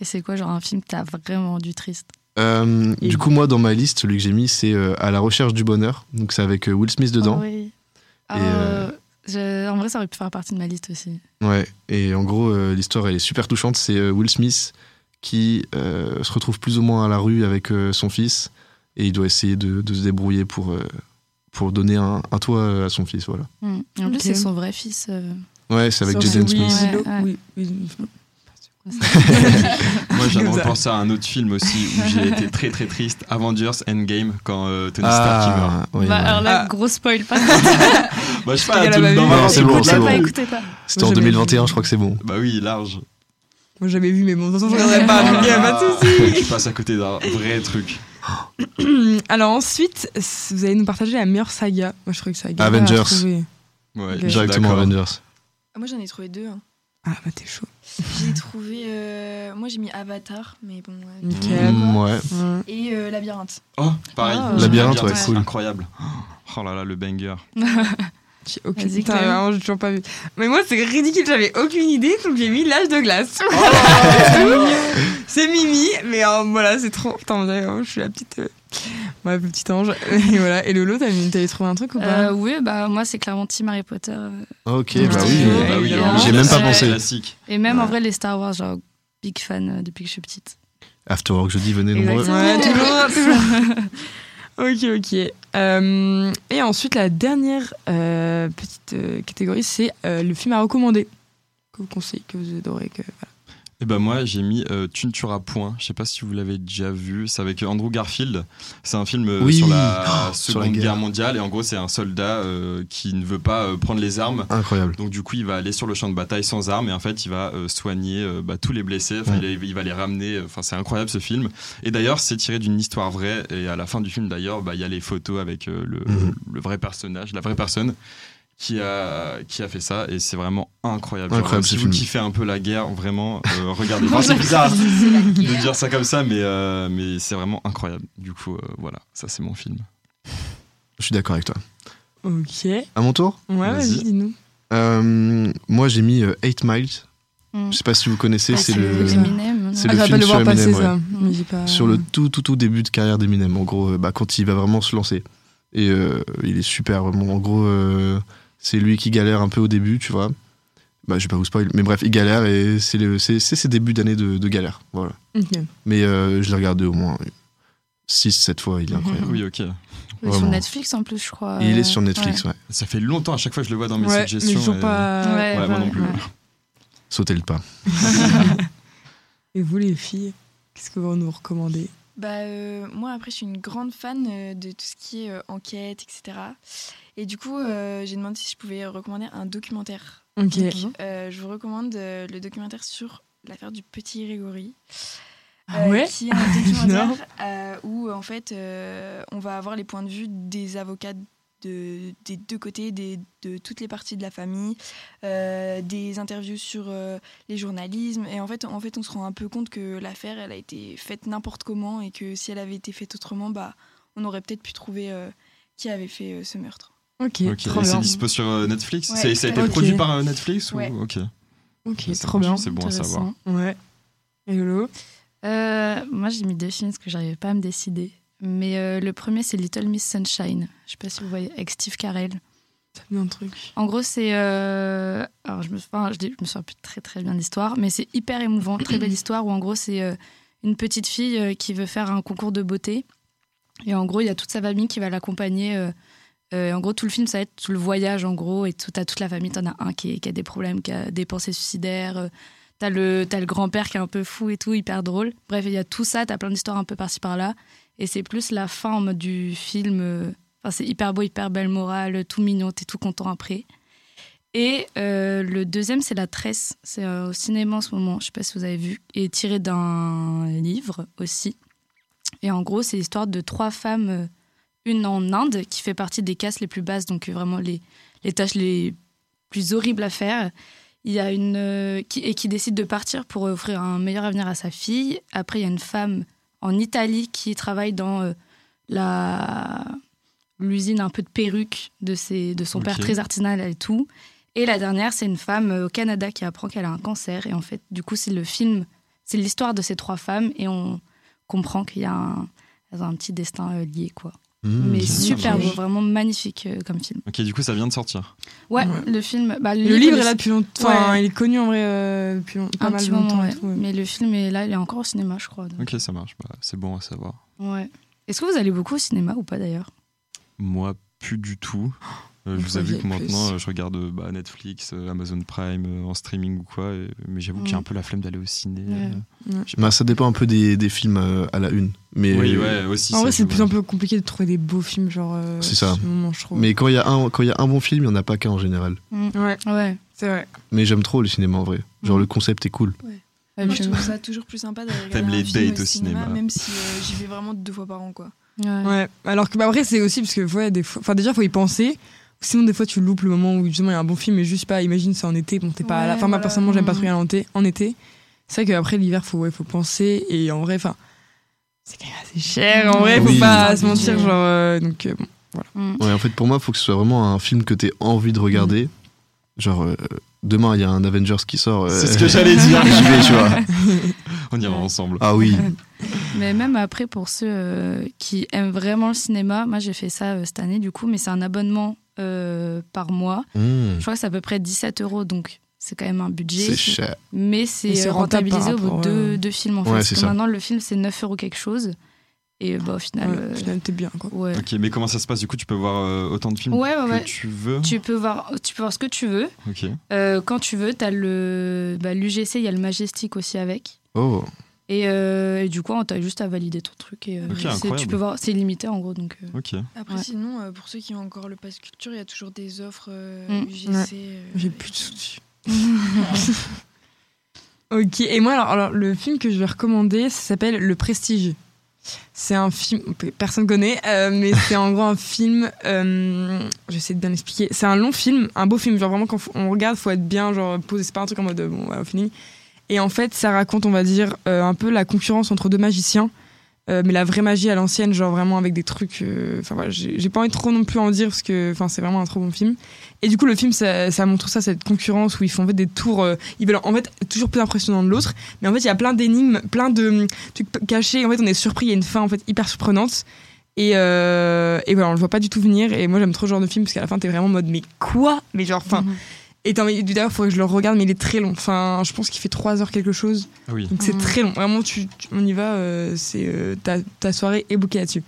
C: Et c'est quoi, genre un film que t'as vraiment rendu triste
A: Euh, du coup, moi dans ma liste, celui que j'ai mis, c'est euh, À la recherche du bonheur. Donc c'est avec euh, Will Smith dedans.
C: Ah oui. Ah,
A: Et, euh,
C: je- En vrai, ça aurait pu faire partie de ma liste aussi.
A: Ouais, et en gros, euh, l'histoire elle est super touchante. C'est euh, Will Smith qui euh, se retrouve plus ou moins à la rue avec euh, son fils et il doit essayer de, de se débrouiller pour, euh, pour donner un, un toit euh, à son fils. Voilà.
C: Hmm. Et En plus,
B: Ok.
C: c'est son vrai fils. euh.
A: Ouais, c'est
B: Sur
A: avec Jaden
B: Will-
A: Smith.
C: Smith.
B: Willow-
C: Ouais, ouais.
B: Will- Will-
C: [LAUGHS]
D: Moi, j'ai
B: Comme ça. [LAUGHS]
D: repensé à un autre film aussi où j'ai été très très triste Avengers Endgame quand euh, Tony Stark il meurt.
A: Ah, oui,
C: bah,
A: ouais.
C: alors là,
B: Ah.
C: gros spoil, pas
D: Bah, je sais
B: Je
D: pas,
B: rigole,
D: tout
B: elle
D: le
B: avait
D: monde
B: vu.
D: en
A: Non, Ah, c'est
D: parle.
A: bon,
C: écoutez
A: c'est bon.
C: pas, écoutez [LAUGHS] pas.
A: C'était en
B: Jamais vu.
A: 2021, je crois que c'est bon.
D: Bah oui, large.
B: Moi, j'avais vu, mais bon, de toute façon, je regarderai pas. donc, Ah, y a pas de souci.
D: Je passe à côté d'un vrai truc.
B: [CLEARS THROAT] Alors ensuite, s- vous allez nous partager la meilleure saga. Moi, je trouvais que Ah, ça a galère à
A: Avengers.
B: trouver.
D: Ouais,
B: Ok.
D: je suis
A: Directement
D: d'accord.
A: Avengers.
K: Ah, moi, j'en ai trouvé deux. hein.
B: Ah bah t'es chaud.
K: J'ai trouvé. euh, moi, j'ai mis Avatar, mais bon. euh,
B: Nickel.
A: Mm, ouais.
B: Ouais.
K: Et euh, Labyrinthe.
D: Oh, pareil.
C: Ah,
A: Labyrinthe, ouais,
D: c'est
A: cool.
D: Incroyable. Oh là là, le banger.
C: Bah,
B: J'ai aucune
C: Vas-y,
B: Putain,
C: Clem.
B: vraiment, j'ai toujours pas vu. Mais moi, c'est ridicule, j'avais aucune idée, donc j'ai mis l'âge de glace.
A: Oh.
B: [LAUGHS] c'est Mimi, mais euh, voilà, c'est trop. Putain, on dirait vraiment, je suis la petite. euh, Ouais, le petit ange. [LAUGHS] Et voilà. Et Lolo, t'as mis- t'avais trouvé un truc ou pas
C: Euh, oui, bah moi, c'est clairement Team Harry Potter. euh.
A: Ok,
C: Ouais.
A: bah
C: Ah
A: oui.
C: Ouais,
D: bah oui,
C: évidemment.
A: J'ai même pas pensé.
D: Classique.
C: Et même en vrai, les Star Wars, genre, big fan euh, depuis que je suis petite.
A: After Work jeudi, venez nombreux.
C: Exactement.
B: Ouais, toujours, toujours. [LAUGHS] ok, ok. Euh, et ensuite, la dernière euh, petite euh, catégorie, c'est euh, le film à recommander. Que vous conseillez, que vous adorez. Que...
D: Et bah moi j'ai mis euh, Tuntura Point, je sais pas si vous l'avez déjà vu, c'est avec Andrew Garfield, c'est un film euh,
A: Oui.
D: sur la
A: Oh, sur la
D: Seconde
A: guerre.
D: guerre. mondiale et en gros c'est un soldat euh, qui ne veut pas euh, prendre les armes
A: Incroyable.
D: Donc du coup, il va aller sur le champ de bataille sans armes et en fait, il va euh, soigner euh, bah, tous les blessés. Enfin, il, il va les ramener. euh, Enfin, c'est incroyable ce film. Et d'ailleurs, c'est tiré d'une histoire vraie. Et à la fin du film, d'ailleurs, bah, il y a les photos avec euh, le,
A: Mhm.
D: le vrai personnage, la vraie personne qui a qui a fait ça. Et c'est vraiment incroyable.
A: Incroyable,
D: si
A: ce
D: vous
A: film.
D: kiffez un peu la guerre, vraiment,
B: [LAUGHS]
D: euh, regardez. Enfin, c'est bizarre de dire ça comme ça, mais euh, mais c'est vraiment incroyable. Du coup, euh, voilà, ça c'est mon film.
A: Je suis d'accord avec toi.
B: Ok. Ouais,
A: À mon tour
B: vas-y,
D: Vas-y.
B: dis-nous.
A: Euh, Moi, j'ai mis 8 Miles.
C: Mm.
A: Je sais pas si vous connaissez,
C: Ah,
A: c'est le.
C: Eminem, non
A: c'est
B: Ah,
A: le
B: j'aurais
A: film
B: pas le voir
A: sur
B: passer
A: Eminem,
B: ça. Mais j'ai pas...
A: Sur le tout, tout, tout début de carrière d'Eminem, en gros, euh, bah, quand il va vraiment se lancer. Et euh, il est super, vraiment. En gros, euh, c'est lui qui galère un peu au début, tu vois. Bah, je vais pas vous spoil, mais bref, il galère et c'est le- c'est- c'est ses débuts d'année de, de galère. Voilà.
B: Ok.
A: Mais euh, je l'ai regardé au moins 6-7 fois, il est
B: Mhm.
A: incroyable.
D: Oui, ok.
C: Oui, Sur
A: Vraiment.
C: Netflix en plus, je crois.
A: Et il
C: euh,
A: est sur Netflix, ouais.
D: Ça fait longtemps à chaque fois que je le vois dans mes
B: Ouais, mais
D: suggestions.
B: toujours
D: et-
C: Ouais,
B: pas.
D: Ouais,
C: ouais,
D: moi non plus.
C: ouais.
A: Sautez le pas.
B: Et vous, les filles, qu'est-ce que vous nous recommandez
K: Bah, euh, moi, après, je suis une grande fan euh, de tout ce qui est euh, enquête, etc. Et du coup, euh, j'ai demandé si je pouvais recommander un documentaire.
B: Ok.
K: Donc, euh, je vous recommande euh, le documentaire sur l'affaire du petit Grégory.
B: Ah ouais
K: Euh, Qui est un documentaire
B: [LAUGHS] Non.
K: euh, où, en fait, euh, on va avoir les points de vue des avocats de, des deux côtés, des- de toutes les parties de la famille, euh, des interviews sur euh, les journalismes. Et en fait, en fait, on se rend un peu compte que l'affaire, elle a été faite n'importe comment et que si elle avait été faite autrement, bah, on aurait peut-être pu trouver euh, qui avait fait euh, ce meurtre.
B: Ok,
D: Ok,
B: trop
D: et c'est
B: bien.
D: dispo sur euh, Netflix
K: Ouais,
D: C'est- Ça a été
B: tout à fait.
D: produit
B: Ok.
D: par euh, Netflix ou...
K: Ouais.
D: Ok,
B: Ok,
D: Ça
B: trop bien.
D: marche, C'est bon à savoir.
C: Intéressant.
B: Ouais. Et Lolo
C: Euh, moi, j'ai mis deux films parce que j'arrivais pas à me décider. Mais euh, le premier, c'est Little Miss Sunshine. Je sais pas si vous voyez, avec Steve Carell.
B: un truc.
C: En gros, c'est. euh, alors, je me, enfin, je, dis- je me souviens plus très très bien de l'histoire, mais c'est hyper émouvant, très belle histoire où en gros, c'est euh, une petite fille euh, qui veut faire un concours de beauté. Et en gros, il y a toute sa famille qui va l'accompagner. euh, euh, en gros, tout le film, ça va être tout le voyage, en gros, et tout, t'as toute la famille. T'en as un qui, est- qui a des problèmes, qui a des pensées suicidaires. euh, t'as le, t'as le grand-père qui est un peu fou et tout, hyper drôle. Bref, il y a tout ça, t'as plein d'histoires un peu par-ci par-là. Et c'est plus la fin en mode du film. euh, Enfin, c'est hyper beau, hyper belle morale, tout mignon, t'es tout content après. Et euh, le deuxième, c'est La Tresse. C'est euh, au cinéma en ce moment, je sais pas si vous avez vu, et tiré d'un livre aussi. Et en gros, c'est l'histoire de trois femmes, euh, une en Inde, qui fait partie des castes les plus basses, donc euh, vraiment les, les tâches les plus horribles à faire. Il y a une euh, qui, et qui décide de partir pour euh, offrir un meilleur avenir à sa fille. Après, il y a une femme en Italie qui travaille dans euh, la l'usine un peu de perruque de, ses, de son
L: Ok.
C: père très artisanal et tout. Et la dernière, c'est une femme euh, au Canada qui apprend qu'elle a un cancer. Et en fait, du coup, c'est le film, c'est l'histoire de ces trois femmes et on comprend qu'il y a un, elles ont un petit destin euh, lié, quoi.
B: Mm,
D: Mmh,
C: Mais
D: ok.
C: super
D: Ok.
C: beau, vraiment magnifique euh, comme film.
D: Ok, du coup, ça vient de sortir.
C: Ouais, le film. bah,
B: Le livre est là
C: il-
B: depuis longtemps. Enfin,
C: Ouais.
B: il est connu en vrai euh, depuis long- pas
C: un
B: mal
C: petit
B: longtemps.
C: moment,
B: et
C: ouais.
B: tout, ouais.
C: Mais le film est là, il est encore au cinéma, je crois. donc.
D: Ok, ça marche. Bah, c'est bon à savoir.
C: Ouais. Est-ce que vous allez beaucoup au cinéma ou pas d'ailleurs
D: Moi, plus du tout. Euh,
C: On
D: je vous avoue
C: croyait
D: que maintenant,
C: plus.
D: euh, je regarde euh, bah, Netflix, euh, Amazon Prime, euh, en streaming ou quoi. et- mais j'avoue que j'ai
C: Mm.
D: un peu la flemme d'aller au ciné.
B: Ouais.
D: euh,
B: Ouais.
D: je sais
A: Bah, ça dépend un peu des, des films euh, à la une. Mais,
D: Oui, ouais, aussi.
B: en vrai,
D: ça
B: c'est de
D: joue,
B: plus en plus compliqué de trouver des beaux films, genre. euh,
A: C'est ça.
B: en ce moment, je trouve.
A: Mais quand il y, a un- quand il y a un bon film, il n'y en a pas qu'un en général.
B: Ouais.
C: Ouais.
B: C'est vrai.
A: Mais j'aime trop le cinéma en vrai. Genre le concept est cool.
K: Moi, je trouve ça toujours plus sympa d'aller
A: T'aimes
K: regarder
A: les
K: un film
A: dates au cinéma.
K: même si euh, j'y vais vraiment deux fois par an, quoi.
B: Ouais. Alors que bah, après, c'est aussi parce que ouais, des fois, enfin déjà, faut y penser. Sinon, des fois, tu loupes le moment où justement il y a un bon film, mais juste je sais pas. Imagine, c'est en été, bon, t'es pas à la.
K: Ouais,
B: Enfin, moi
K: voilà.
B: personnellement, j'aime pas
C: Mm.
B: trop regarder en été- en été. C'est vrai qu'après l'hiver, faut ouais, faut penser et en vrai, enfin, c'est quand même assez
C: Mm.
B: cher. En vrai, faut
A: Oui.
B: pas se mentir,
A: Ouais.
B: genre euh, donc euh, bon, voilà.
A: Ouais, en fait, pour moi, il faut que ce soit vraiment un film que tu aies envie de regarder. Genre, euh, demain, il y a un Avengers qui sort. euh,
D: C'est ce que
B: [LAUGHS]
D: j'allais dire.
A: [LAUGHS] J'y vais, tu vois.
D: [LAUGHS] On ira ensemble.
A: Ah oui.
C: Mais même après, pour ceux euh, qui aiment vraiment le cinéma, moi j'ai fait ça euh, cette année du coup, mais c'est un abonnement euh, par mois.
A: Mm.
C: Je crois que c'est à peu près 17 euros, donc c'est quand même un budget.
A: C'est cher.
C: Mais
B: Et
C: c'est
B: c'est
C: euh,
B: rentable par
C: rentabilisé au bout
B: rapport,
C: de
B: ouais.
C: deux, deux films en
D: Ouais,
C: fait.
D: c'est
C: Parce que
D: ça.
C: maintenant le film c'est 9 euros quelque chose. Et bah, au final.
B: Ouais,
C: euh,
B: au final, t'es bien quoi.
C: ouais.
D: Ok, mais comment ça se passe Du coup, tu peux voir euh, autant de films
C: Ouais, ouais,
D: que
C: ouais.
D: tu veux.
C: Tu peux voir, tu peux voir ce que tu veux.
D: Ok.
C: Euh, quand tu veux, t'as le bah, l'UGC, il y a le Majestic aussi avec.
A: Oh.
C: Et, euh, et du coup, on t'a juste à valider ton truc et euh,
D: Ok,
C: c'est- tu
D: incroyable.
C: peux voir, c'est limité en gros donc. euh,
D: Ok.
K: Après,
C: Ouais.
K: sinon, euh, pour ceux qui ont encore le pass culture, il y a toujours des offres euh,
C: Mm.
K: UGC.
B: Ouais.
K: euh,
B: J'ai
K: et
B: plus de
K: tout.
B: sous [LAUGHS] Ok, et moi, alors, alors, le film que je vais recommander, ça s'appelle Le Prestige. C'est un film, que personne connaît, euh, [LAUGHS] mais c'est en gros un film, euh, j'essaie de bien l'expliquer, c'est un long film, un beau film, genre vraiment quand on regarde, faut être bien, genre posé, c'est pas un truc en mode euh, bon, voilà, au feeling. Et en fait, ça raconte, on va dire, euh, un peu la concurrence entre deux magiciens, euh, mais la vraie magie à l'ancienne, genre vraiment avec des trucs, euh, enfin voilà, j'ai j'ai pas envie de trop non plus en dire parce que enfin, c'est vraiment un trop bon film. Et du coup, le film, ça, ça montre ça, cette concurrence où ils font en fait des tours. euh, ils veulent en fait être toujours plus impressionnants de l'autre. Mais en fait, il y a plein d'énigmes, plein de hum, trucs p- cachés. En fait, on est surpris. Il y a une fin en fait hyper surprenante. Et, euh, et voilà, on le voit pas du tout venir. Et moi, j'aime trop ce genre de film parce qu'à la fin, t'es vraiment en mode mais quoi Mais genre, enfin. Et t'as envie- d'ailleurs, faudrait que je le regarde, mais il est très long. Enfin, je pense qu'il fait 3 heures quelque chose.
D: Ah oui.
B: Donc c'est
D: Mhm.
B: très long. Vraiment, tu, tu- on y va. euh, c'est euh, ta, ta soirée est bouquée là-dessus.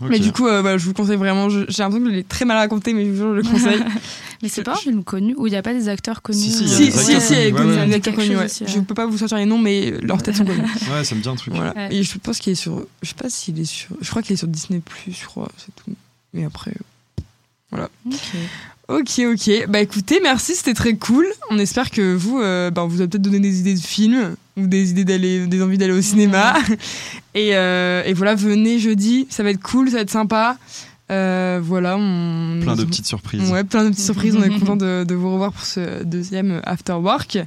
D: Ok.
B: Mais du coup, euh, voilà, je vous le conseille vraiment. Je- J'ai l'impression que je l'ai très mal raconté, mais je vous le conseille.
C: Mais c'est pas un film connu où il n'y a pas des acteurs connus. euh,
D: si, il y a
B: Si,
D: des
B: si,
D: acteurs
B: si, elle est
D: connus,
B: connue,
D: ouais,
B: elle
D: ouais.
B: est connue,
C: Quelque chose
B: ouais.
C: aussi, ouais.
B: Je peux pas vous sortir les noms, mais leurs têtes sont connues.
D: Ouais, ça me dit un truc.
B: Voilà.
C: Ouais.
B: Et je pense qu'il est sur. Je sais pas s'il est sur. Je crois qu'il est sur Disney, je crois, c'est tout. Mais après. euh, Voilà. Ok, ok. Bah écoutez, merci, c'était très cool. On espère que vous, euh, bah, on vous a peut-être donné des idées de films ou des idées d'aller, des envies d'aller au cinéma. [LAUGHS] Et, euh, et voilà, venez jeudi, ça va être cool, ça va être sympa. Euh, voilà, on...
D: Plein de petites surprises.
B: Mm. Ouais, plein de petites surprises.
C: [LAUGHS]
B: on est content de, de vous revoir pour ce deuxième After Work.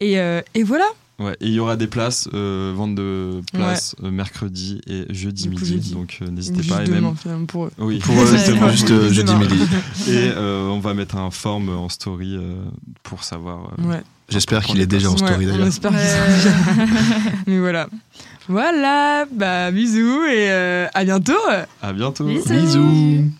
B: Et, euh, et voilà.
D: Ouais, et il y aura des places, euh, vente de places euh, mercredi et jeudi
B: Du coup,
D: midi.
B: jeudi.
D: Donc euh,
B: Donc,
D: n'hésitez
B: juste
D: pas. et
B: demain,
D: même...
B: finalement, pour eux.
D: Oui,
B: Pour eux, Ouais,
A: exactement, ouais. juste, euh, jeudi
D: Demain.
A: midi.
D: Et euh, on va mettre un form en story euh, pour savoir. euh,
B: Ouais.
A: J'espère
D: pour
A: qu'il est
D: prendre les
A: déjà en
D: places.
A: story
B: Ouais, on
A: d'ailleurs.
B: espère qu'il sera déjà. Mais voilà. Voilà, bah bisous et euh, à bientôt.
D: À bientôt.
B: Bisous.
D: Bisous.